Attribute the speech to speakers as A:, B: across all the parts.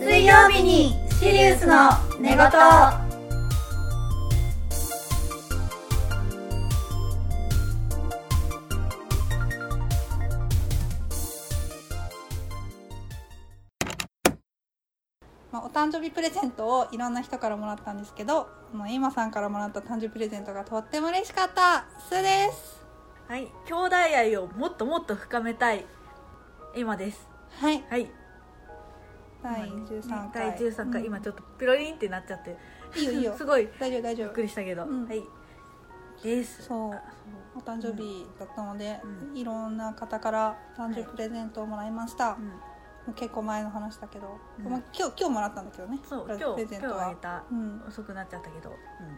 A: 水曜日にシリウスの寝言
B: まあ、お誕生日プレゼントをいろんな人からもらったんですけどこのエイマさんからもらった誕生日プレゼントがとっても嬉しかったスーです
A: はい兄弟愛をもっともっと深めたい今です
B: はい
A: はい
B: 第13回
A: 第13回、
B: うん
A: 今ちょっとピロリンってなっちゃって
B: いいよいいよ
A: すごい
B: 大丈夫大丈
A: びっく
B: 夫
A: りしたけど、
B: うん
A: はいです
B: そうお誕生日だったので、
A: うん
B: いろんな方から誕生日プレゼントをもらいました、
A: う
B: も
A: ん
B: う結構前の話だけど、
A: うん
B: まあ、今日今日もらったんだけどね
A: そう
B: プレ
A: 今
B: プ
A: 日
B: レゼント
A: 今日あ
B: は
A: げた
B: うん
A: 遅くなっちゃったけど、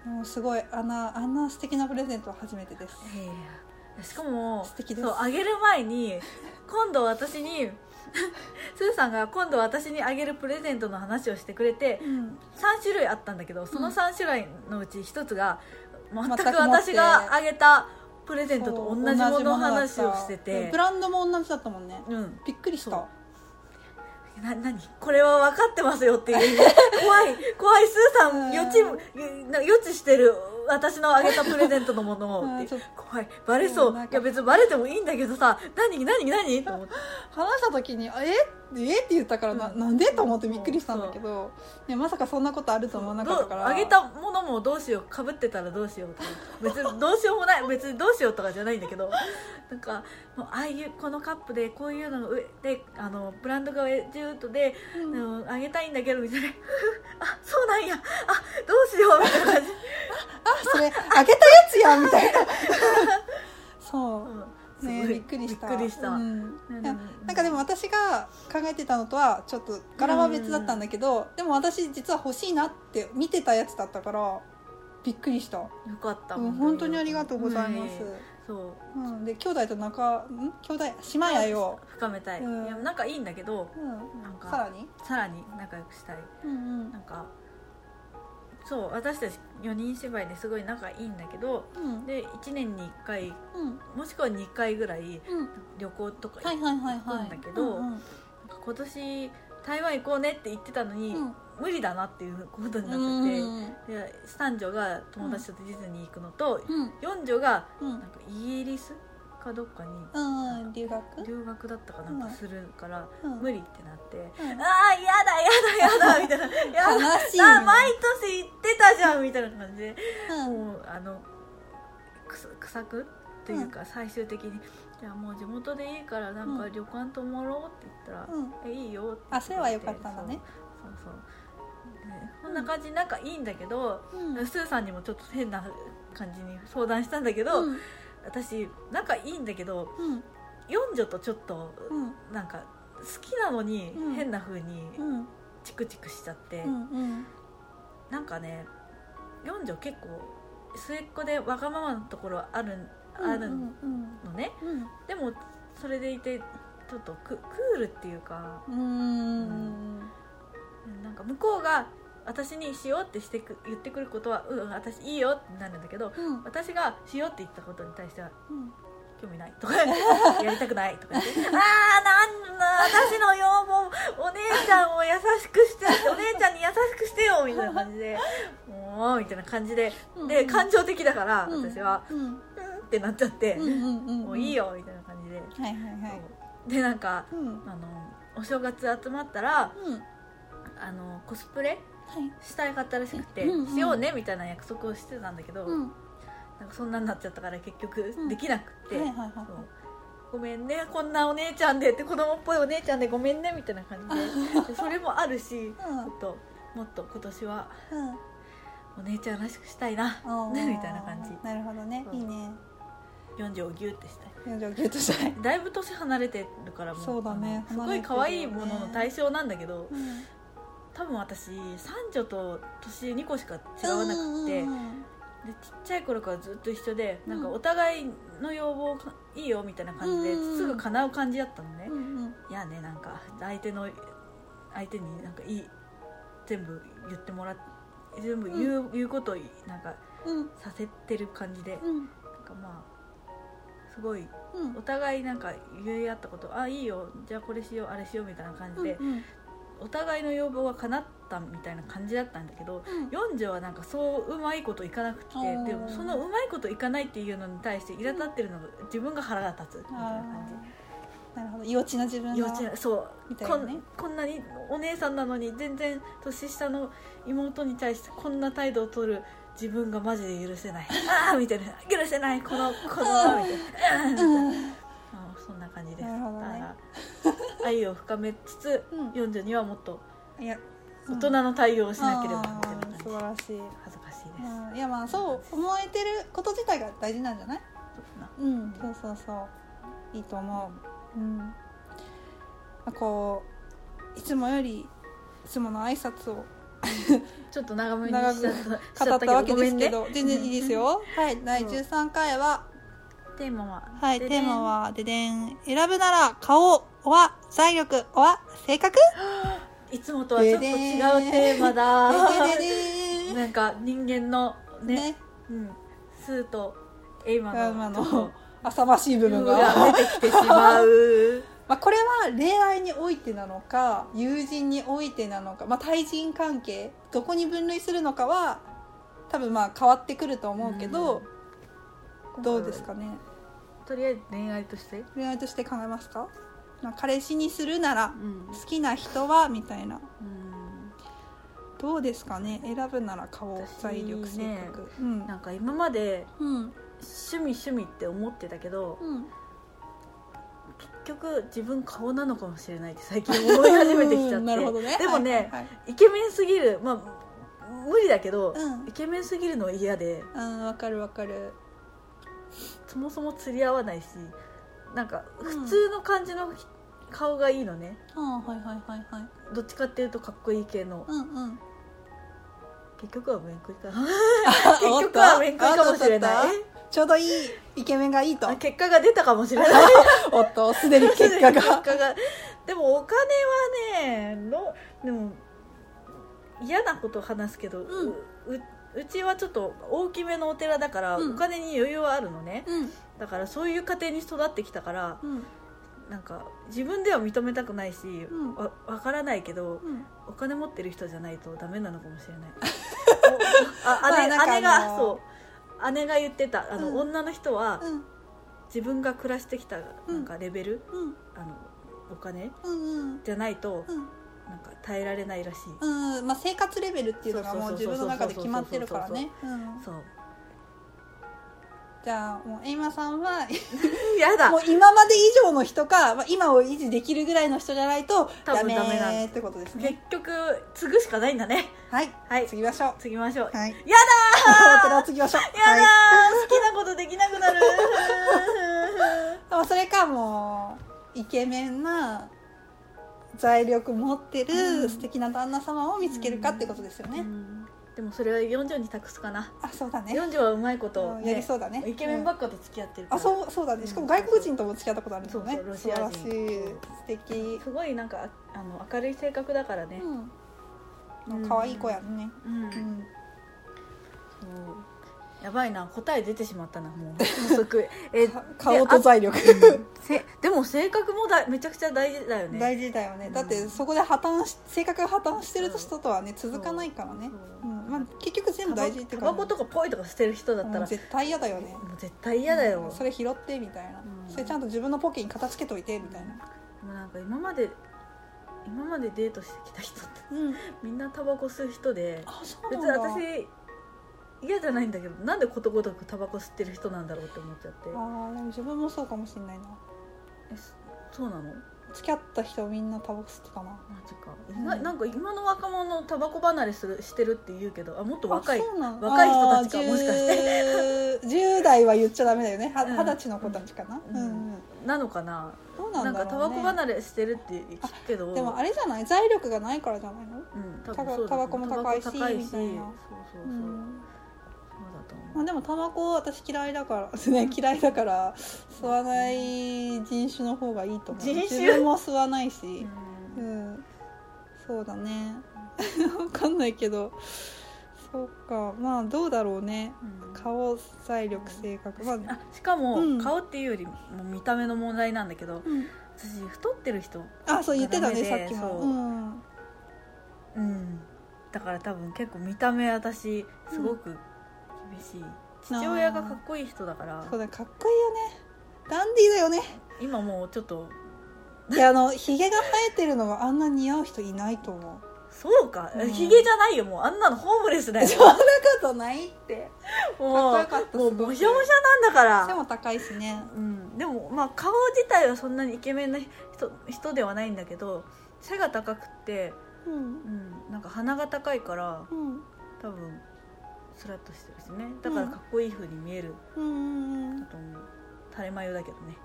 A: うん
B: もうすごいあんなあんな素敵なプレゼントは初めてです
A: へえしかも
B: 素敵です
A: そうあげる前に今度私に スーさんが今度私にあげるプレゼントの話をしてくれて
B: うん
A: 3種類あったんだけどその
B: うん
A: 3種類のうち1つが全く
B: 全くもって
A: 私があげたプレゼントと同じものの話をして
B: うん
A: て
B: ブランドも同じだったもんね
A: うん
B: びっくりした
A: そな何これは分かってますよっていう 怖い怖いスーさ
B: うん
A: ん予知予知してる私のあげたプレゼントのものを
B: うん
A: って
B: ちょっと
A: 怖いバレそう
B: うんなん
A: い
B: か
A: や別にバレてもいいんだけどさ何何何と思って
B: 話した時に「あええっ?」て言ったからな,、
A: うん
B: なんでと思ってびっくりしたんだけど、ね、まさかそんなことあると思わなかったから
A: どうあげたものもどうしようかぶってたらどうしようとか別にどうしようもない別にどうしようとかじゃないんだけどなんかもうああいうこのカップでこういうのが上であのブランドが上ジュートで、
B: うん
A: あのあげたいんだけどみたいな あそうなんやあどうしようみたいな 感じ、
B: あそれあげたやつやみたい なそううんね
A: すごい
B: びっくりした
A: びっくりした、
B: うん
A: うん
B: いやなんかでも私が考えてたのとはちょっと柄は別だったんだけど、でも私実は欲しいなって見てたやつだったからびっくりした、
A: よかった、
B: うん、本当にありがとうございます、
A: うんそう
B: うん、で兄弟と仲ん兄弟姉妹愛を、
A: 深めたい,、
B: うん
A: いやなんかいいんだけど
B: うん、
A: なんか
B: さらに、
A: さらに仲良くしたい
B: うんうん
A: なんかそう私たち4人芝居ですごい仲いいんだけど
B: うん
A: で1年に1回
B: うん
A: もしくは2回ぐらい
B: うん
A: 旅行とか
B: はい
A: 行
B: はいはい
A: く
B: は
A: ん
B: い
A: だけど、
B: うん
A: なんか今年台湾行こうねって言ってたのに、
B: うん
A: 無理だなっていうことに
B: う
A: なんってて、で三女が友達とディズニー行くのと、
B: うん
A: 四女が
B: うん
A: なんかイギリスかどっかに
B: うんうん留学
A: 留学だったかなんかするから、
B: うん
A: 無理ってなって、
B: うん
A: ああやだやだやだみたいなやだ
B: 悲しい
A: あ毎年行ってたじゃんみたいな感じで
B: うん
A: もうあのくす臭くというか最終的に「じゃあもう地元でいいからなん
B: う
A: か
B: ん
A: 旅館泊まろう」って言ったら
B: うん
A: 「えいいよ」って
B: あそれは良かったんだね
A: そうそうそうでこんな感じなんかいいんだけど、
B: うん
A: スーさんにもちょっと変な感じに相談したんだけど、
B: うん
A: 私仲いいんだけど
B: うん
A: 四女とちょっと
B: うん
A: なんか好きなのに
B: うん
A: 変な風に
B: うん
A: チクチクしちゃって、
B: うんうん
A: なんかね四女結構末っ子でわがままのところあるある
B: うんうん
A: のね、
B: うん
A: でもそれでいてちょっとククールっていうか
B: うーん
A: なんか向こうが私に「しよう」ってしてく言ってくることは「うんうん私いいよ」ってなるんだけど
B: うん
A: 私が「しよう」って言ったことに対しては
B: うん
A: 「興味ない」と か「やりたくない」とか言って「ああなんな私の要望お姉ちゃんを優しくしてお姉ちゃんに優しくしてよ」みたいな感じで「もう」みたいな感じでで感情的だから
B: うん
A: 私は
B: うん
A: 「うん」ってなっちゃって
B: うんうんうん
A: 「もういいよ」みたいな感じで。
B: はいはいはい
A: そうでなんか
B: うんうん
A: あのお正月集まったらあのコスプレ
B: はい
A: したいかったらしくて、
B: うんうん
A: しようねみたいな約束をしてたんだけど、
B: うん
A: なんかそんなになっちゃったから結局
B: うん
A: できなくて、
B: はいはいはい
A: そうごめんねこんなお姉ちゃんでって子供っぽいお姉ちゃんでごめんねみたいな感じででそれもあるし
B: うん
A: ちょっともっと今年は
B: うん
A: お姉ちゃんらしくしたいな
B: あー
A: みたいな感じ
B: なるほどね
A: そう
B: いいね
A: 40をギュってしたい
B: 四条ギュッとしたい
A: だいぶ年離れてるからも
B: そうだね
A: あのすごい可愛いものの対象なんだけど、
B: うん
A: 多分私三女と年2個しか違わなくて、
B: うん
A: で
B: うん
A: ちっちゃい頃からずっと一緒で、
B: うん
A: なんかお互いの要望かいいよみたいな感じで、
B: うん
A: すぐ叶う感じだったのね、
B: うんうん
A: いやねなんか相手の相手になんかいい全部言ってもらっ全部言う,、言うことをなんか
B: うん
A: させてる感じで、
B: うん
A: なんかまあすごい
B: うん
A: お互いなんか言い合ったことあいいよじゃあこれしようあれしようみたいな感じで、
B: うん
A: お互いの要望が叶ったみたいな感じだったんだけど四女はなんかそううまいこといかなくて
B: おー
A: でもそのうまいこといかないっていうのに対して苛立ってるのが自分が腹が立つみたいな感じ
B: なるほど幼稚な自分が
A: 幼稚園そう
B: みたい
A: こ
B: なね
A: んこんなにお姉さんなのに全然年下の妹に対してこんな態度を取る自分がマジで許せ ないああみたいな許せないこの子供みたいな
B: うん
A: あーそんな感じです
B: なるほどね
A: だから愛を深めつつ、
B: うん
A: 四女にはもっと
B: いや
A: 大人の対応をしなければみたいな
B: うんあ
A: 感
B: ー
A: じ
B: 素晴らしい、
A: 恥ずかしいです、
B: うん、いやまあそう思えてること自体が大事なんじゃない
A: そうな
B: うんそうそうそういいと思ううん、まあ、こういつもよりいつもの挨拶を
A: ちょっと長めにしちゃったしちゃ
B: 語ったわけ
A: ご
B: で
A: め
B: す
A: ん
B: け
A: ね
B: ど、全然いいですよはい第13回は
A: テーマは
B: はい、
A: で
B: テ
A: でん
B: ーマは、ででん、選ぶなら顔、おは、財力、おは、性格
A: いつもとはちょっと違うテーマだ
B: でででで
A: なんか人間の
B: ね
A: ねうん、スーとエイマ
B: がまああ
A: の
B: の、浅ましい部分が。
A: が出てきてしまう
B: まあ、これは恋愛においてなのか、友人においてなのか、まあ、対人関係、どこに分類するのかは、多分まあ変わってくると思うけど、どうですかね。
A: とりあえず恋愛として、
B: 恋愛として考えますか、まあ、彼氏にするなら
A: う、ん
B: 好きな人は、みたいな。どうですかね選ぶなら顔
A: 私
B: 財力性
A: ね
B: 格、うん
A: なんか今まで
B: うん
A: 趣味趣味って思ってたけど
B: うん
A: 結局自分顔なのかもしれないって最近思い始めてきちゃって
B: なるほどね
A: でもね、
B: はいはいはい
A: イケメンすぎるまあ無理だけど、
B: うん
A: イケメンすぎるのは嫌で
B: うんわかるわかる
A: そもそも釣り合わないしなんか
B: うん
A: 普通の感じの顔がいいのね、
B: あはいはいはいはい
A: どっちかっていうとかっこいい系の
B: うんうん
A: 結局は面食いか
B: 結
A: 結局は面食いかもしれない
B: ちょうどいいイケメンがいいと
A: あ結果が出たかもしれない
B: おっと すでに 結 果
A: 結
B: が
A: 果がでもお金はねのでも嫌なこと話すけど、うんううちはちょっと大きめのお寺だから、
B: うん
A: お金に余裕はあるのね
B: うん
A: だからそういう家庭に育ってきたから
B: うん
A: なんか自分では認めたくないし、
B: ん
A: わ分からないけど
B: うん
A: お金持ってる人じゃないとダメなのかもしれ ないおあ姉,、
B: まあなんか
A: 姉が
B: あの
A: そう姉が言ってたあの、
B: うん
A: 女の人は
B: うん
A: 自分が暮らしてきたなんかレベル、
B: うん
A: あのお金
B: うん
A: じゃないと
B: うん
A: なんか耐えられないらしい、
B: うんまあ生活レベルっていうのがも
A: そう
B: う
A: そう
B: 自
A: そう
B: 分
A: そ
B: の
A: う
B: 中で決まってるから
A: そ
B: ねうん
A: そう
B: じゃあもうエイマさんは
A: やだ
B: もう今まで以上の人か、まあ、今を維持できるぐらいの人じゃないと
A: 多
B: ダ
A: 分
B: メ
A: ダメなん
B: ーってことです
A: 結
B: ね。
A: 局継ぐしかないんだね
B: はい、
A: はい
B: 次ましょう。
A: 継ぎましょう、
B: はい、や
A: や
B: だーお寺を継ぎましょう。
A: やだー、
B: はい
A: 好きなことできなくなる
B: まあ、それかもうイケメンな財力持って
A: う
B: る
A: ん
B: 素敵な旦那様を見つけるかってことですよ ね。
A: うんでもそれは40に託すかな
B: あ、そうだね。
A: 四女はうまいこと、
B: うん
A: ね
B: やりそうだね。
A: イケメンば
B: っ
A: っかと付き合ってるか
B: あ、
A: ら、
B: そうそうだね。しかも外国人とも付き合ったことあるんですよね。
A: そうそうロ
B: 素晴
A: シア
B: ら
A: 人
B: しい。素敵。
A: すごいなんかああの明るい性格だからね、
B: うん。可愛い子やね。
A: うん
B: うん。
A: そうやばいな答え出てしまった なもう早速え
B: か顔と
A: であ
B: 財力。
A: せでも性格もだめちゃくちゃ大事だよね
B: 大事だよね、
A: うん
B: だってそこで破綻し性格が破綻してる人とはね続かないからね
A: そう
B: う、んまあ、結局全部大事っ
A: タ
B: ていう
A: バコとかポイとか捨てる人だ
B: だ
A: ったらもう
B: 絶対嫌だよね
A: 絶対嫌だよ、
B: うんそれ拾ってみたいな、
A: うん
B: それちゃんと自分のポケに片付けといてみたいな
A: もうなんか今まで今までデートしてきた人って
B: うん
A: みんなタバコ吸う人で
B: あそう
A: 別
B: なん
A: に
B: だ
A: 私嫌じゃないんだけどなんでことごとくタバコ吸ってる人なんだろうって思っちゃって
B: あーでも自分もそうかもしれないな
A: えそそうなの
B: 付き合った人みんなタバコ吸ってたな
A: マジか、
B: うん
A: ななんか今の若者タバコ離れするしてるって言うけどあもっと若い
B: あそうなん
A: 若い人たちか
B: あー
A: もしかし
B: 10 10代は言っちゃダメだよねは
A: うん
B: 二十歳の子たちかなう
A: うんん
B: うん、
A: なのかな
B: どう
A: な,、
B: なんんだろう、ね、
A: かタバコ離れしてるって聞くけど
B: でもあれじゃない財力がないからじゃないの
A: うん、多
B: タ
A: 分
B: バ
A: そうだ
B: タバコも高いし
A: タバコ高いし
B: み
A: そ
B: た
A: う
B: いな
A: そうそう、
B: うん
A: そうだと
B: ま
A: 思
B: あ、
A: う
B: でもタバコ私嫌いだから ね嫌いだから吸わない人種の方がいいと思う
A: 人種
B: 自分も吸わないし、
A: う
B: うんんそうだね わかんないけどそうかまあどうだろうね
A: うん
B: 顔財力性格まあ、
A: あしかも、
B: うん
A: 顔っていうよりも見た目の問題なんだけど
B: うん
A: 私太ってる人
B: あそう言ってたね
A: ダ
B: さ
A: メ
B: っ
A: で
B: き
A: そ
B: も
A: う
B: うんうん
A: だから多分結構見た目私すごく厳しい、父親がかっこいい人だから
B: そうだかっこいいよねダンディーだ よね
A: 今もうちょっと
B: であのひげが生えてるのがあんな似合う人いないと思う
A: そうか、
B: うん
A: ヒゲじゃないよもうあんなのホームレスだよ
B: そんなことないって
A: も
B: かっこよかった
A: うもう
B: すごく
A: もしゃもしゃなんだから
B: 背も高いしね
A: うん、でもまあ顔自体はそんなにイケメンな人人ではないんだけど背が高くって、
B: うん
A: うん、なんか鼻が高いから
B: うん
A: 多分スラッとしてるしねだからかっこいい風に見える
B: うんうん
A: だと思う垂れ眉だけどね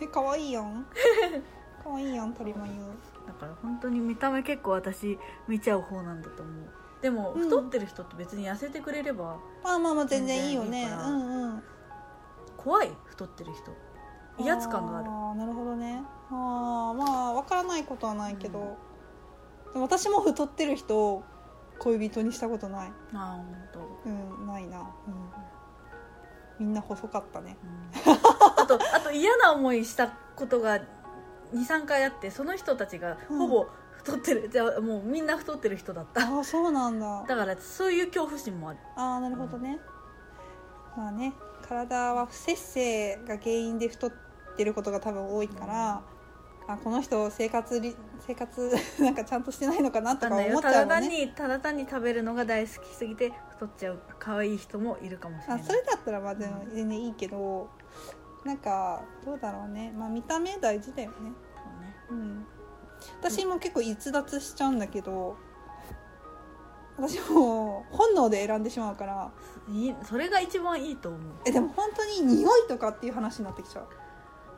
B: えかわいいや んかわいいやん鳥も言う
A: だから本当に見た目結構私見ちゃう方なんだと思うでも
B: うん
A: 太ってる人って別に痩せてくれれば
B: まあまあまあ全然いいよね
A: 全然いいから
B: うんうん
A: 怖い太ってる人威圧感がある
B: あーなるほどねあーまあわからないことはないけど、でも私も太ってる人を恋人にしたことない
A: ああ本当。
B: うんないな、うん、みんな細かった ね
A: うんあとあと嫌な思いしたことが23回あってその人たちが
B: うん
A: ほぼ太ってる、じゃあもうみんな太ってる人だっ
B: あ
A: た
B: ーそうなんだ
A: だからそういう恐怖心もある
B: ああなるほどね、まあね体は不摂生が原因で太ってることが多分多いから、あこの人生活り生活 なんかちゃんとしてないのかなと
A: わか
B: か
A: んない
B: 思
A: よ
B: ったち
A: だ
B: ゃうもん
A: 単
B: ね
A: にただ単に食べるのが大好きすぎて太っちゃう可愛い人もいるかもしれ
B: あ
A: ない
B: それだったらまあでも全然いいけど、なんかどうだろうね、まあ、見た目大事だよね、
A: そうね
B: うん、私も結構逸脱しちゃうんだけど私もう本能で選んでしまうから
A: いいそれが一番いいと思う
B: えでも本当に匂いとかっていう話になってきちゃう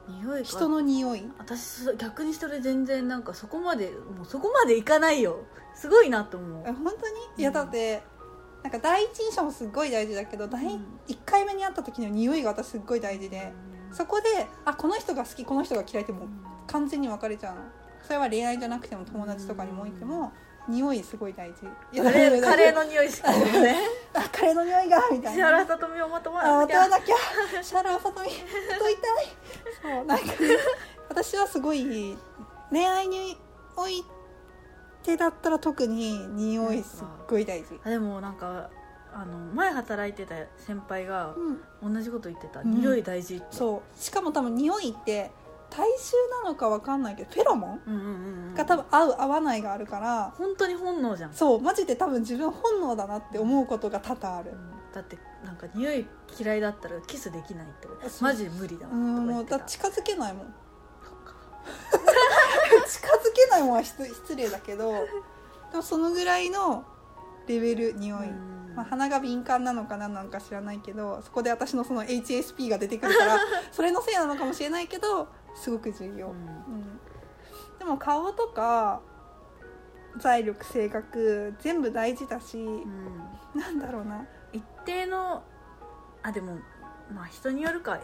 A: 匂いが
B: 人の匂い
A: 私そ逆にそれ全然なんかそこまでもうそこまでいかないよすごいなと思う
B: え本当に
A: うん
B: いやだって、なんか第一印象もすっごい大事だけど第
A: う
B: 1
A: ん
B: 回目に会った時の匂いが私すっごい大事で、そこであこの人が好きこの人が嫌いってもう完全に別れちゃうのそれは恋愛じゃなくても友達とかにもおいても、匂いすごい大事いや
A: カレーカレー
B: の
A: の匂いしかもね
B: あカレーの匂いがみたい
A: 石
B: な
A: 原さとみをまとま
B: あ
A: らな
B: 渡
A: きゃ
B: らなきゃ石原さとみ太いたいそうなんか、ね、私はすごい恋愛においてだったら特に匂いすっごい大事
A: あでもなんかあの前働いてた先輩が
B: うん
A: 同じこと言ってた、
B: うん
A: 匂い大事って
B: そうしかも多分匂いって体臭なのかわかんないけどフェロモン
A: うんうんうんうん
B: が多分合う合わないがあるから
A: 本当に本能じゃん、
B: そうマジで多分自分本能だなって思うことが多々ある
A: だってなんか匂い嫌いだったらキスできないって
B: そう
A: マジ無理だわ
B: う
A: とか
B: ん
A: 言
B: も
A: っ
B: う
A: てた
B: だ近づけないもん
A: そっか
B: 近づけないもんは失失礼だけどでもそのぐらいのレベル匂い、
A: うん
B: まあ、鼻が敏感なのか何なのか知らないけどそこで私のその HSP が出てくるからそれのせいなのかもしれないけどすごく重要、
A: うん
B: でも顔とか財力性格全部大事だし、
A: うん
B: なんだろうな
A: 一定のあでもまあ人によるか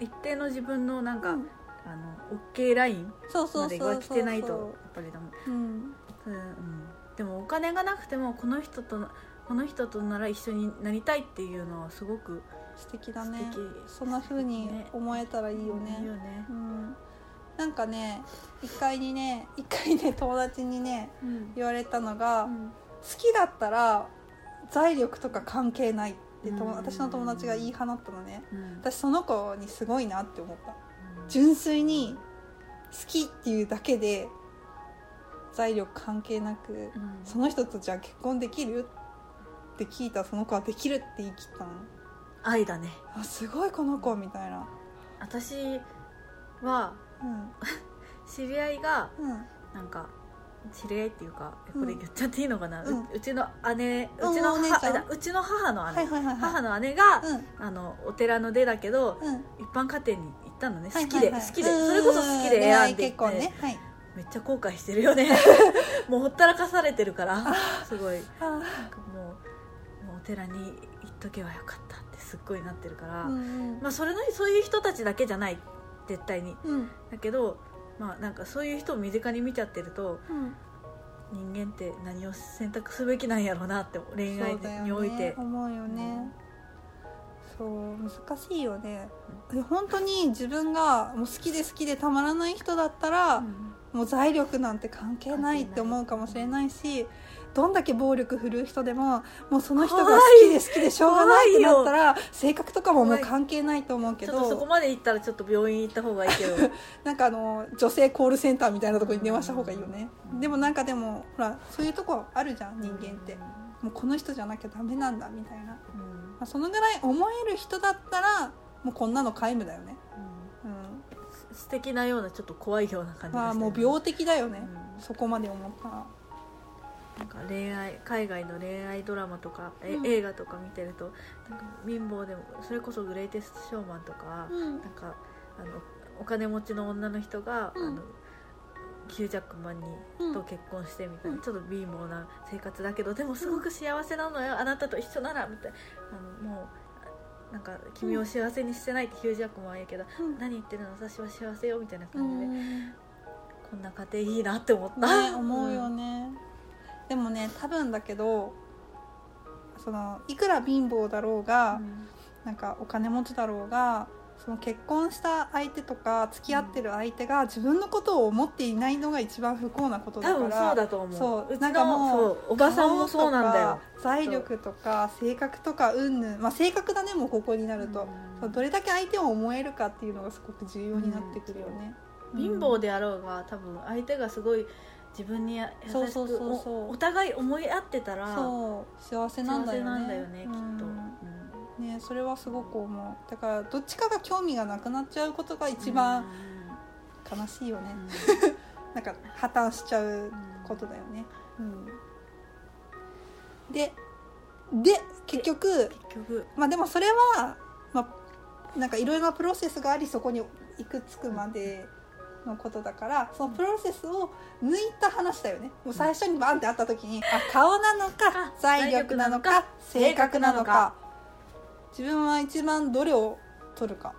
A: 一定の自分のなんか、
B: うん
A: あの OK ライン
B: そうそ
A: ま
B: うそ
A: で
B: うそう
A: が来てないとやっぱりダメ
B: うん、
A: うんうんでもお金がなくてもこの人とこの人となら一緒になりたいっていうのはすごく
B: 素敵だね
A: 素敵
B: そんな風に思えたらいいよね
A: いいよね
B: うん、なんかね一回にね一回ね友達にね
A: うん
B: 言われたのが、好
A: うん
B: きだったら財力とか関係ないってとも
A: うん
B: 私の友達が言い放ったのね
A: うん
B: 私その子にすごいなって思った純粋に好きっていうだけで財力関係なく
A: うん
B: その人とじゃあ結婚できるって聞いたらその子はできるって言い切ったの
A: 愛だね
B: あすごいこの子みたいな
A: 私は
B: う
A: 知り合いが
B: んうん
A: なんか知り合いっていうかえこれ
B: うん
A: 言っちゃっていいのかな、う
B: うん
A: うちの姉う
B: うん
A: ちの
B: お姉ちゃん
A: 母うちの母の姉、
B: はいはいはいは
A: 母
B: い
A: の姉が、
B: うん
A: あのお寺の出だけど
B: うん
A: 一般家庭に行ったのね好
B: はい
A: き
B: は
A: で、
B: いはい
A: 好きで
B: うん
A: それこそ好きで
B: 恋
A: 選
B: 愛
A: んでい
B: 結
A: って、
B: 婚ねはい
A: めっちゃ後悔してるよ ねもうほったらかされてるからすごいなんかもうもうお寺に行っとけばよかったってすっごいなってるから、
B: うん
A: まあそれのそういう人たちだけじゃない絶対に
B: うん
A: だけどまあなんかそういう人を身近に見ちゃってると
B: うん
A: 人間って何を選択すべきなんやろうなって恋愛
B: そうだよ
A: において
B: ね、思うよねそう難しいよねで本当に自分がもう好きで好きでたまらない人だったら、
A: うん
B: もう財力なんて関係ないって思うかもしれないしどんだけ暴力振るう人でももうその人が好きで好きでしょうがないってなったら性格とかももう関係ないと思うけ
A: ちょっとそこ
B: ど
A: まで行ったらちょっと病院行った方がいいけど
B: なんかあの女性コールセンターみたいなとこに電話した方がいいよねでもなんかでもほらそういうとこあるじゃん人間ってもうこの人じゃなきゃダメなんだみたいな、ま
A: うんうん
B: あ、そのぐらい思える人だったらもうこんなの皆無だよね、うん、
A: 素敵なようなちょっと怖いような感じ
B: まあ
A: がして
B: もう病的だよね、
A: うん
B: そこまで思ったら
A: なんか恋愛海外の恋愛ドラマとか、え
B: うん
A: 映画とか見てるとなんか貧乏でもそれこそ「グレイテスト・ショーマン」とか、
B: うん
A: なんかあのお金持ちの女の人が、
B: うん
A: あのヒュージャックマンに、
B: うん
A: と結婚してみたいな、
B: うん
A: ちょっと貧乏な生活だけどでもすごく幸せなのよ、あなたと一緒ならみたいなあのもうなんか君を幸せにしてないってヒュージャックマンは言うけど、何言ってるの私は幸せよみたいな感じで、
B: ね
A: こんな家庭いいなって思った、
B: 思うよ
A: ね、
B: ね、でもね多分だけどそのいくら貧乏だろう
A: う
B: が、
A: ん
B: なんかお金持ちだろうがその結婚した相手とか付き合ってる相手が自分のことを思っていないのが一番不幸なことだ
A: 多
B: から
A: 分そうだと思う
B: そう
A: ち
B: な
A: の
B: んかもう
A: そうおばさんもそうなんだよ
B: 顔とか財力とか性格とかうんぬん、まあ、性格だねもうここになると、
A: うん
B: そうどれだけ相手を思えるかっていうのがすごく重要になってくるよね、うん
A: 貧乏であろうが多分相手がすごい自分に優しく
B: そうそうそうそう
A: おお互い思い合ってたら
B: そう幸せなん
A: 幸
B: だよ
A: せ
B: ね
A: なんだよねきっと、
B: うんねそれはすごく思うだからどっちかが興味がなくなっちゃうことが一番悲しいよね、なんか破綻しちゃうことだよね、うん、でで結局
A: 結局
B: まあでもそれは、まあ、なんかいろいろなプロセスがありそこに行くつくまでのことだからそのプロセスを抜いた話だよねもう最初にバンって会った時にあ顔なのか
A: あ
B: 財力なのか性
A: 財力なのか
B: 格なのか自分は一番どれを取るか、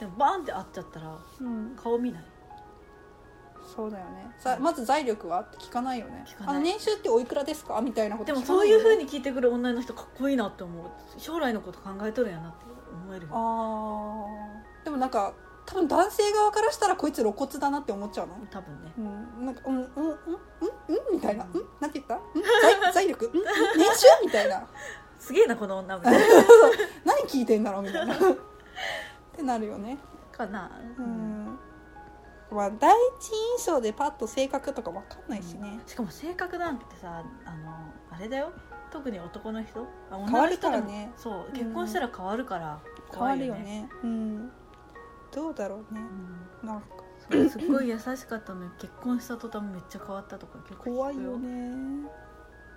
A: でもバーンって会っちゃったら
B: うん、
A: 顔見ない
B: そうだよねさまず財力はって聞かないよね
A: 聞かない
B: あの年収っておいくらですかみたいなこと
A: でも
B: 聞かな
A: そういう
B: よね
A: 風に聞いてくる女の人かっこいいなって思う将来のこと考えとるんやなって思えるよ
B: あーでもなんか多分男性側からしたらこいつ露骨だなって思っちゃうの
A: 多分ね
B: うん、なんか、うん、うん、うん、うん、うんみたいな、うん、なんて 言った、うん、財、財力、うん、うん年収みたいな。
A: すげえなこの女みたいな
B: 何聞いてんだろうみた いな。ってなるよね。
A: かな、
B: う
A: うん
B: ん。まあ、第一印象でパッと性格とかわかんないしね。
A: しかも性格なんてさあのあれだよ特に男の人あ
B: 変わ
A: 女の
B: る
A: 人でも
B: からね
A: そう
B: うん
A: 結婚したら変わるから
B: 変わ
A: 怖
B: る
A: い
B: よね。うん。どうだろうね
A: う。ん
B: なんか
A: そうすっごい優しかった のに結婚した途端めっちゃ変わったとか結構
B: 怖いよね。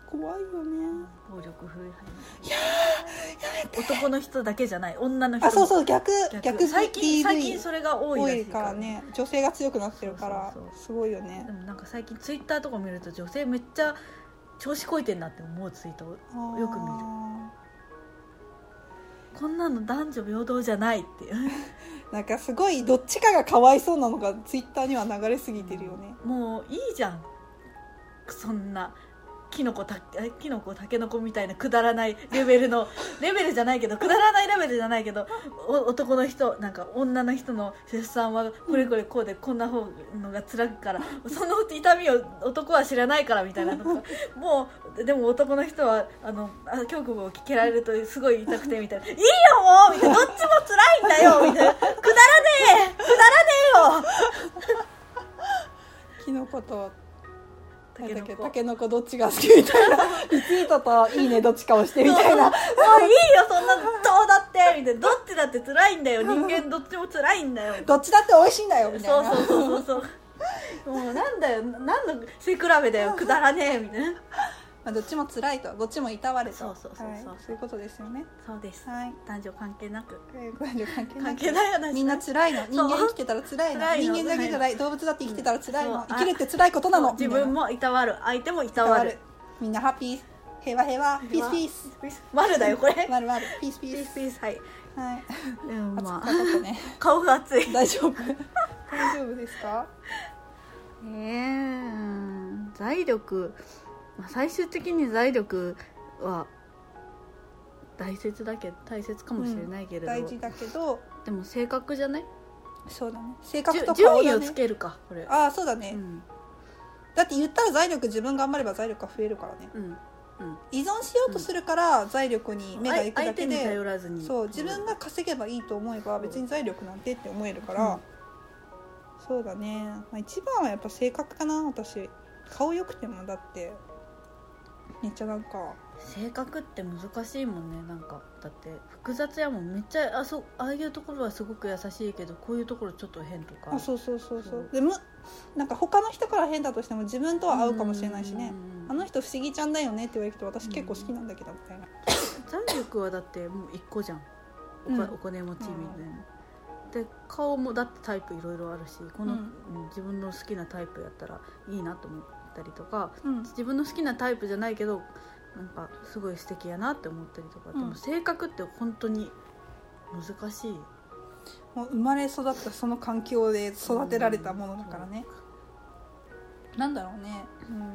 B: 怖いよね。
A: 暴力振るい男の人だけじゃない女の人
B: あ、そう
A: う
B: そう、逆、逆、
A: 最近
B: DV
A: 最近それが多い
B: 多
A: らし
B: い
A: いか
B: かららね。女性が強くなってるから
A: そうそう、そう
B: すごいよね
A: で。もなんか最近ツイッターとか見ると女性めっちゃ調子こいてんなって思うツイートよく見るこんなの男女平等じゃないっていう
B: なんかすごいどっちかがかわいそうなのがツイッターには流れすぎてるよね、
A: もういいじゃんそんなキノコたえキノコタケノコみたいなくだらないレベルの レベルじゃないけどくだらないレベルじゃないけどお男の人なんか女の人の出産はこれこれこうでこんな方のが辛くからその痛みを男は知らないからみたいなのとかもうでも男の人はあのあ胸部を蹴られるとすごい痛くてみたいな「いいよもう!」みたいな「どっちも辛いんだよ!」みたいな「くだらねえくだらね
B: キノコと
A: えよ!」
B: なんだっ
A: タケ
B: け
A: ノコ
B: タケノコどっちが好きみた いなリツイートと「いいねどっちかを して」みたいな
A: もういいよそんなのどうだってみたいなどっちだって辛いんだよ人間どっちも辛いんだよ
B: どっちだって美味しいんだよみた
A: そ
B: いうな
A: そうそうそうそうもうなんだよ何の背比べだよくだらねえみたいな
B: まあ、どっちも辛いとどっちもいたわれと
A: そうそうそうそう
B: はい、そういうことですよね
A: そうです
B: はい
A: 男女関係なく
B: えーごめんね関係な
A: 関
B: い
A: 係ない話
B: みんな辛いの人間
A: そう
B: 生きてたら辛いの
A: 辛いの
B: 人間だけじゃない動物だって生きてたら辛い
A: うん
B: の
A: そう
B: 生きるって辛いことなの
A: 自分
B: も
A: もいたわる相手もいた
B: 伝わ
A: わ
B: る
A: る
B: みんなハッピー平和平和ピースピース
A: 丸だよこれ
B: まるまるピースピ
A: ピ
B: ー
A: ー
B: ス
A: スピースはい
B: はい
A: うん まあ
B: 暑かったね
A: 顔が熱い
B: 大丈夫大丈夫ですか
A: えー、財力まあ最終的に財力は大切だけ大切かもしれないけれど、
B: 大事だけど
A: でも性格じゃない
B: そうだね性格と
A: じゅ
B: 顔
A: 順位
B: だ
A: を
B: ね
A: つけるかこれ
B: ああそうだね、
A: うん
B: だって言ったら財力自分頑張れば財力が増えるからね
A: うんうん
B: 依存しようとするから財力に目が行くだ
A: 相
B: け
A: 手に
B: で
A: 頼らずに
B: そう自分が稼げばいいと思えば別に財力なんてって思えるからそうだね、まあ、一番はやっぱ性格かな私顔良くてもだってめっちゃなんか
A: 性格って難しいもんねなんかだって複雑やもんめっちゃあそうああいうところはすごく優しいけどこういうところちょっと変とか
B: あそうそうそうそ
A: そう
B: うでむなんか他の人から変だとしても自分とは合うかもしれないしね
A: うん
B: あの人不思議ちゃんだよねって言われる人私結構好きなんだけどみたいな
A: 財力はだってもう一個じゃんお,、
B: うん
A: お金持ちみたいな、で顔もだってタイプいろいろあるしこの、
B: うん
A: うん自分の好きなタイプやったらいいなと思ったりとか
B: うん
A: 自分の好きなタイプじゃないけどなんかすごい素敵やなって思ったりとか、
B: うん
A: でも性格って本当に難しい
B: もう生まれ育ったその環境で育てられたものだからね、なんだろうねうん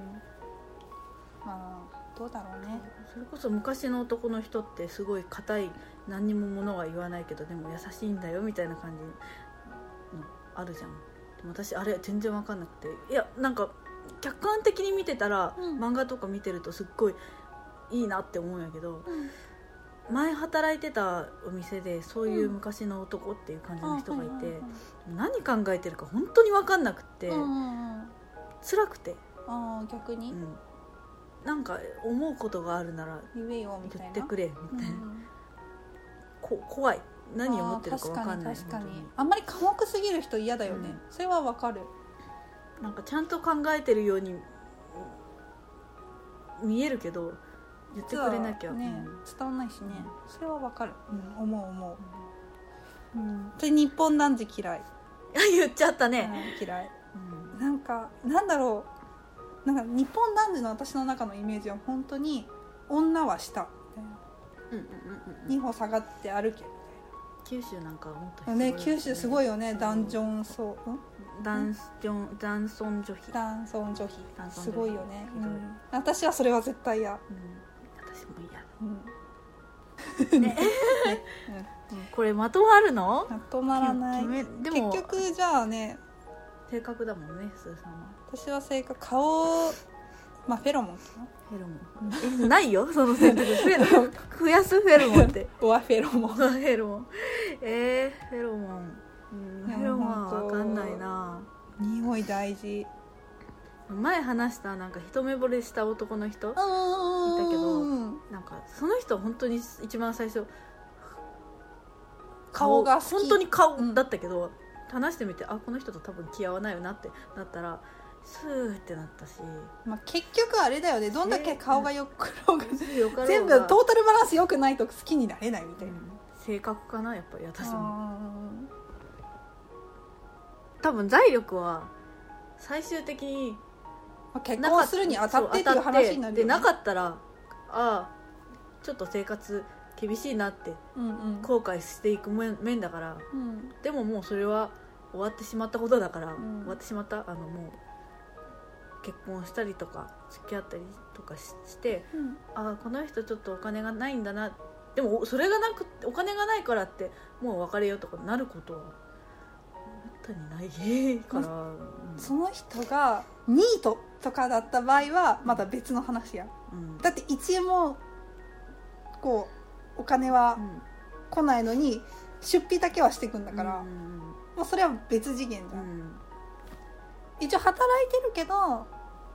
B: まあどうだろうね
A: それこそ昔の男の人ってすごい硬い何にも物は言わないけどでも優しいんだよみたいな感じのあるじゃんでも私あれ全然分かんなくていやなんか客観的に見てたら、
B: うん
A: 漫画とか見てるとすっごいいいなって思うんやけど、前働いてたお店でそういう昔の男っていう感じの人がいて、何考えてるか本当に分かんなくて、
B: うんうんうん
A: 辛くて、
B: ああ逆
A: う
B: に
A: ん、なんか思うことがあるなら
B: 言えよみたい
A: 言
B: な
A: ってくれみたいな。
B: うん
A: こ怖い何を思ってるか分かんな
B: あ
A: い
B: ー確かに確かに
A: 本
B: あんまり寡黙すぎる人嫌だよね、
A: うん
B: それはわかる
A: 当になんかちゃんと考えてるようにうん見えるけど言ってくれなきゃ、
B: 実はね
A: うん
B: 伝わんないしねそれはわかる、うん、思う思
A: う
B: う、うん、それ日本男児嫌い、
A: ん 言っちゃったね、
B: うん嫌い
A: うん
B: なんかなんだろうなんか日本男児の私の中のイメージは本当に女は下みたいな
A: うんうんうんうん
B: 二歩下がって歩けみ
A: 九州なんかはもっと
B: たいなね九州すごい
A: い
B: よね男女層
A: 男女男尊女卑、
B: 男尊女
A: 男
B: 卑
A: 尊女卑
B: すごいよね、
A: ひどい
B: うん私はそれは絶対嫌、
A: うん、私も嫌だ、
B: うん、ね
A: うんこれまとまるの
B: まとまらない
A: 決めで
B: 結
A: も
B: 局じゃあね
A: 性格だもんねスーさんは
B: 私は性格顔まあフェロモンかな
A: フェロモンえないよその選択肢フェロモン増やすフェロモンって
B: オアフェロモン
A: フェロモンえー、フェロモン、うん、
B: でも
A: フェロモンは分かんないな
B: 匂い大事
A: 前話したなんか一目惚れした男の人
B: うん
A: いたけど
B: うん
A: なんかその人は本当に一番最初
B: 顔が好き
A: 本当に
B: うん
A: 顔だったけど、話してみてあこの人と多分気合わないよなってなったらスーってな ったし
B: まあ、結局あれだよねどんだけ顔がよくろうが
A: よかろうが
B: 全部トータルバランス良くないと好きになれないみ
A: う
B: たいな、
A: ん性格かなやっぱり私も
B: あ
A: 多分財力は最終的に
B: ーまあ結婚するにあたってっていう話になる
A: で
B: よね
A: なかったらああちょっと生活厳しいなって
B: うんうん
A: 後悔していく面面だから
B: うん
A: でももうそれは終わってしまったことだから、
B: ん
A: 終わってしまったあのもう結婚したりとか付き合ったりとかしして
B: うん
A: ああこの人ちょっとお金がないんだなでもおそれがなくお金がないからってもう別れようとかなることはめったにないから、うん
B: その人がニートとかだった場合はまだ別の話や
A: うん
B: だって一円もこうお金は
A: うん
B: 来ないのに出費だけはしてくんだから、
A: うんうん
B: もうそれは別次元じ
A: う
B: ゃん、
A: ん
B: 一応働いてるけど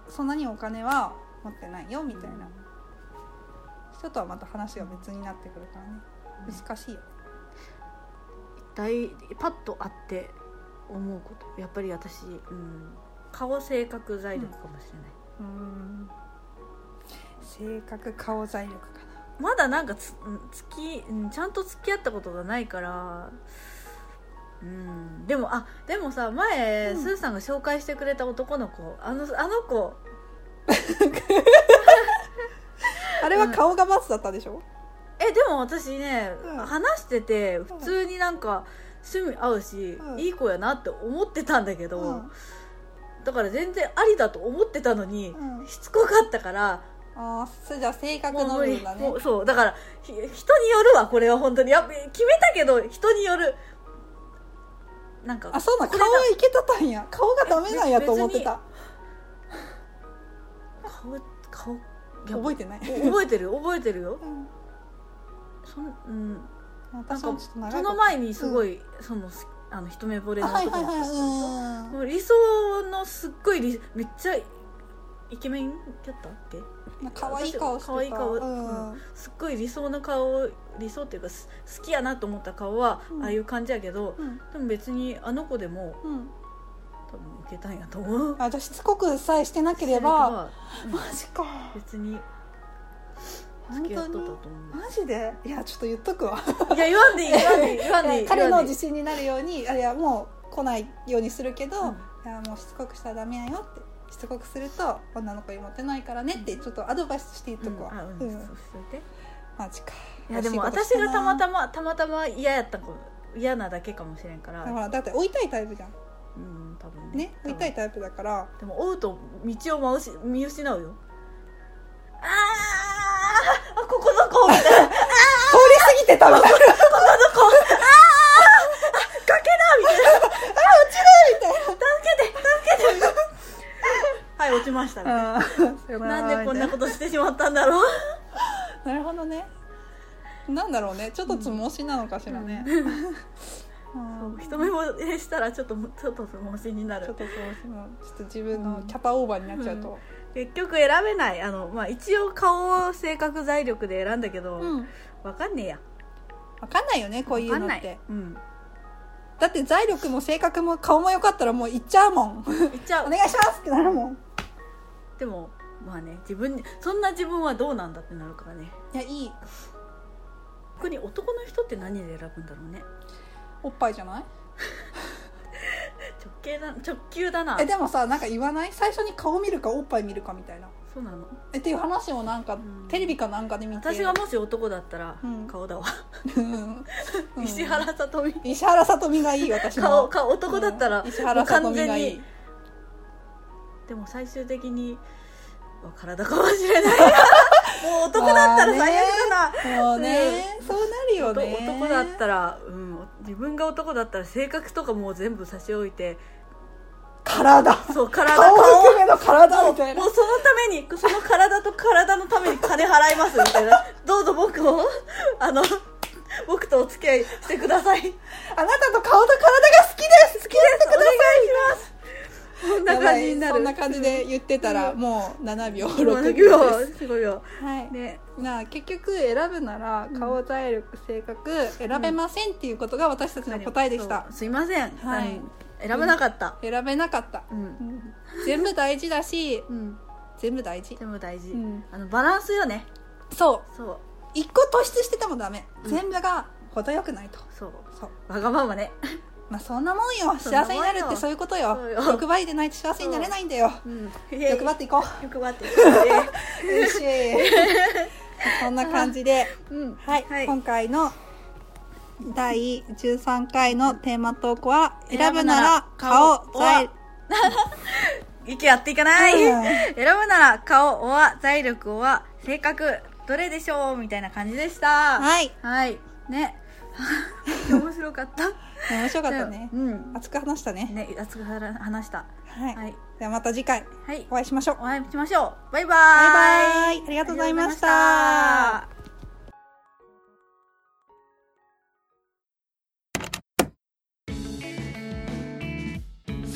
B: そんなにお金は持ってないよみたいな、人とはまた話が別になってくるからね
A: うん
B: 難しいよ、
A: 大パッと会って思うことやっぱり私、うん、顔性格財力かもしれない、
B: うん、性格顔財力か
A: まだなんかつうん付きうんちゃんと付き合ったことがないからうんでもあでもさ前、
B: うん
A: スーさんが紹介してくれた男の子あのあの子
B: なあれは顔がバツだったでしょ、
A: えでも私ね、
B: うん
A: 話してて普通になんか趣味合うし、
B: うん
A: いい子やなって思ってたんだけど、
B: うん
A: だから全然ありだと思ってたのに、
B: うん
A: しつこかったから
B: ああそれじゃあ性格
A: もう
B: の
A: 無
B: 部
A: 理
B: 分だね
A: もうそうだからひ人によるわこれは本当にやっぱ決めたけど人によるなんか
B: あそうなん
A: これ
B: 顔
A: が
B: はいけたたんや顔がダメなんやと思ってた
A: 顔顔いや
B: 覚えてない、
A: 覚えてる覚えてるよ
B: うん、
A: そん、うん、なん
B: 私
A: か
B: もちょっと長い
A: その前にすごい、そのすあの一目惚れの
B: あは
A: 男
B: い
A: の子
B: は
A: だった
B: い
A: でしょ
B: はい
A: もう理想のすっごい理めっちゃイケメンだったっけ
B: うん可愛い顔してた
A: 可愛い顔
B: うん
A: すっごい理想の顔理想っていうかす好きやなと思った顔は、
B: うん
A: ああいう感じやけど
B: うん
A: でも別にあの子でも
B: うん、
A: 多分いけたんやと思う
B: あじゃあしつこくさえしてなければマジか
A: 別に
B: 本
A: 付き合
B: 当
A: っとっ
B: に
A: たと思
B: マジでいやちょっと言っとくわ
A: ういや言わんでいい言わんでい い言わんでいい
B: 彼の
A: 言わんでい
B: 自
A: い
B: 信になるようにあいやもう来ないようにするけど、
A: うん
B: いやもうしつこくしたらダメやよってしつこくすると女の子にモテないからねってちょっとアドバイスして言っとくわ、
A: うんあうん
B: うん
A: そうしといて
B: マジか
A: いやでも
B: 惜し
A: 私
B: いことした
A: が
B: な
A: たまたまたまたま嫌やったかも嫌なだけかもしれんから
B: ほらだって追いたいタイプじゃん
A: うん多分ね
B: ね追いたいタイプだから
A: でも追うと道を回し見失うよ
C: あーあここの子みたいな
B: 通り過ぎてたみたいな
A: はい落ちましたみたいななんでこんなことしてしまったんだろう
B: なるほどねなんだろうねちょっとつもしなのかしら ね、うん
A: そう一目惚れしたらちょっともちょっと盲信にな
B: ちょ
A: る
B: っとそうそのちょっと自分のキャパオーバーになっちゃうと、
A: 結局選べないあの、まあ、一応顔性格財力で選んだけど、
B: うん
A: わかんねえや
B: 分かんないよねこうい
A: 分か
B: うんの
A: な
B: っ
A: い
B: て
A: うん
B: だって財力も性格も顔も良かったらもう行っちゃうもん
A: 言っちゃ
B: お
A: う
B: 願いしますってなるもん
A: でもまあね自分にそんな自分はどうなんだってなるからね
B: いやいい
A: 逆に男の人って何で選ぶんだろうね
B: おっぱいじゃない
A: 直径だ直球だな
B: えでもさなんか言わない最初に顔見るかおっぱい見るかみたいな
A: そうなの
B: えっていう話をなんか、
A: ん
B: テレビかなんかで見て
A: 私がもし男だったら
B: うん
A: 顔だわ、
B: うんうん
A: 石原さとみ
B: 石原さとみがいい私も
A: 顔顔男だったら、
B: うん石原さとみがい
A: もう完全
B: い
A: にでも最終的には体かもしれない もう男だったら最悪だな、
B: もうね、そうなるよ
A: と
B: ね
A: 男だったら、うん、自分が男だったら性格とかもう全部差し置いて
B: 体
A: そう体
B: 顔
A: 顔
B: 含めの体
A: もう
B: みたいな
A: もうそのためにその体と体のために金払いますみたい などうぞ僕をあの僕とお付き合いしてください
B: あなたと顔と体が好きです好きです
A: お願いしますこんな
B: やば
A: 感
B: い
A: じになる
B: そんな感じで言ってたらもう7秒
A: 今
B: 6
A: の
B: 秒
A: 行
B: です、
A: すごいよ
B: はい
A: ね
B: なあ結局選ぶなら顔体力性格選べませんっていうことが私たちの答えでした
A: そうすいません、
B: はい
A: うん選ばなかった
B: 選べなかった、
A: うん、
B: うん全部大事だし
A: うん、
B: 全部大事
A: で、も大事、
B: うん、
A: あのバランスよね
B: そう
A: そう
B: 一個突出しててもダメ、
A: うん
B: 全部が程よくないと
A: そう
B: そう
A: わがままね
B: まあそんなもんよ
A: そんなもんよ
B: 幸せになるってそういうことよ
A: そうよ
B: 欲張りでないと幸せになれないんだよ
A: うん
B: 欲張っていこう
A: 欲張って
B: 嬉 しいそんな感じで、
A: うん
B: はい
A: はい
B: 今回の第13回のテーマトークは「選ぶなら顔
A: 顔
B: 財
A: 息やっていかない、
B: うん
A: 選ぶなら顔おは財力おは性格どれでしょうみたいな感じでした
B: はい
A: はい ね面白かったよ」
B: 面白かったね
A: うん
B: 熱く話したね
A: ね熱く話した
B: はい、
A: はい
B: ではまた次回
A: はい
B: お会いしましょう
A: お会いしましょうバイバ
B: バイ
A: イ
B: バイありが
A: あ
B: とうございました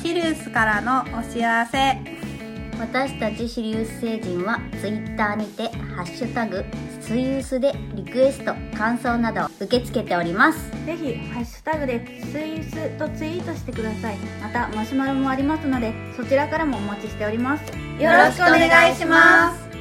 B: シルスからのお知らせ
D: 私たちシリウス星人はツイッターにて「ハッシュタグスイウス」でリクエスト感想などを受け付けております
E: ぜひハッシュタグでスイースとツイートしてくださいまたマシュマロもありますのでそちらからもお待ちしております
D: よろしくお願いします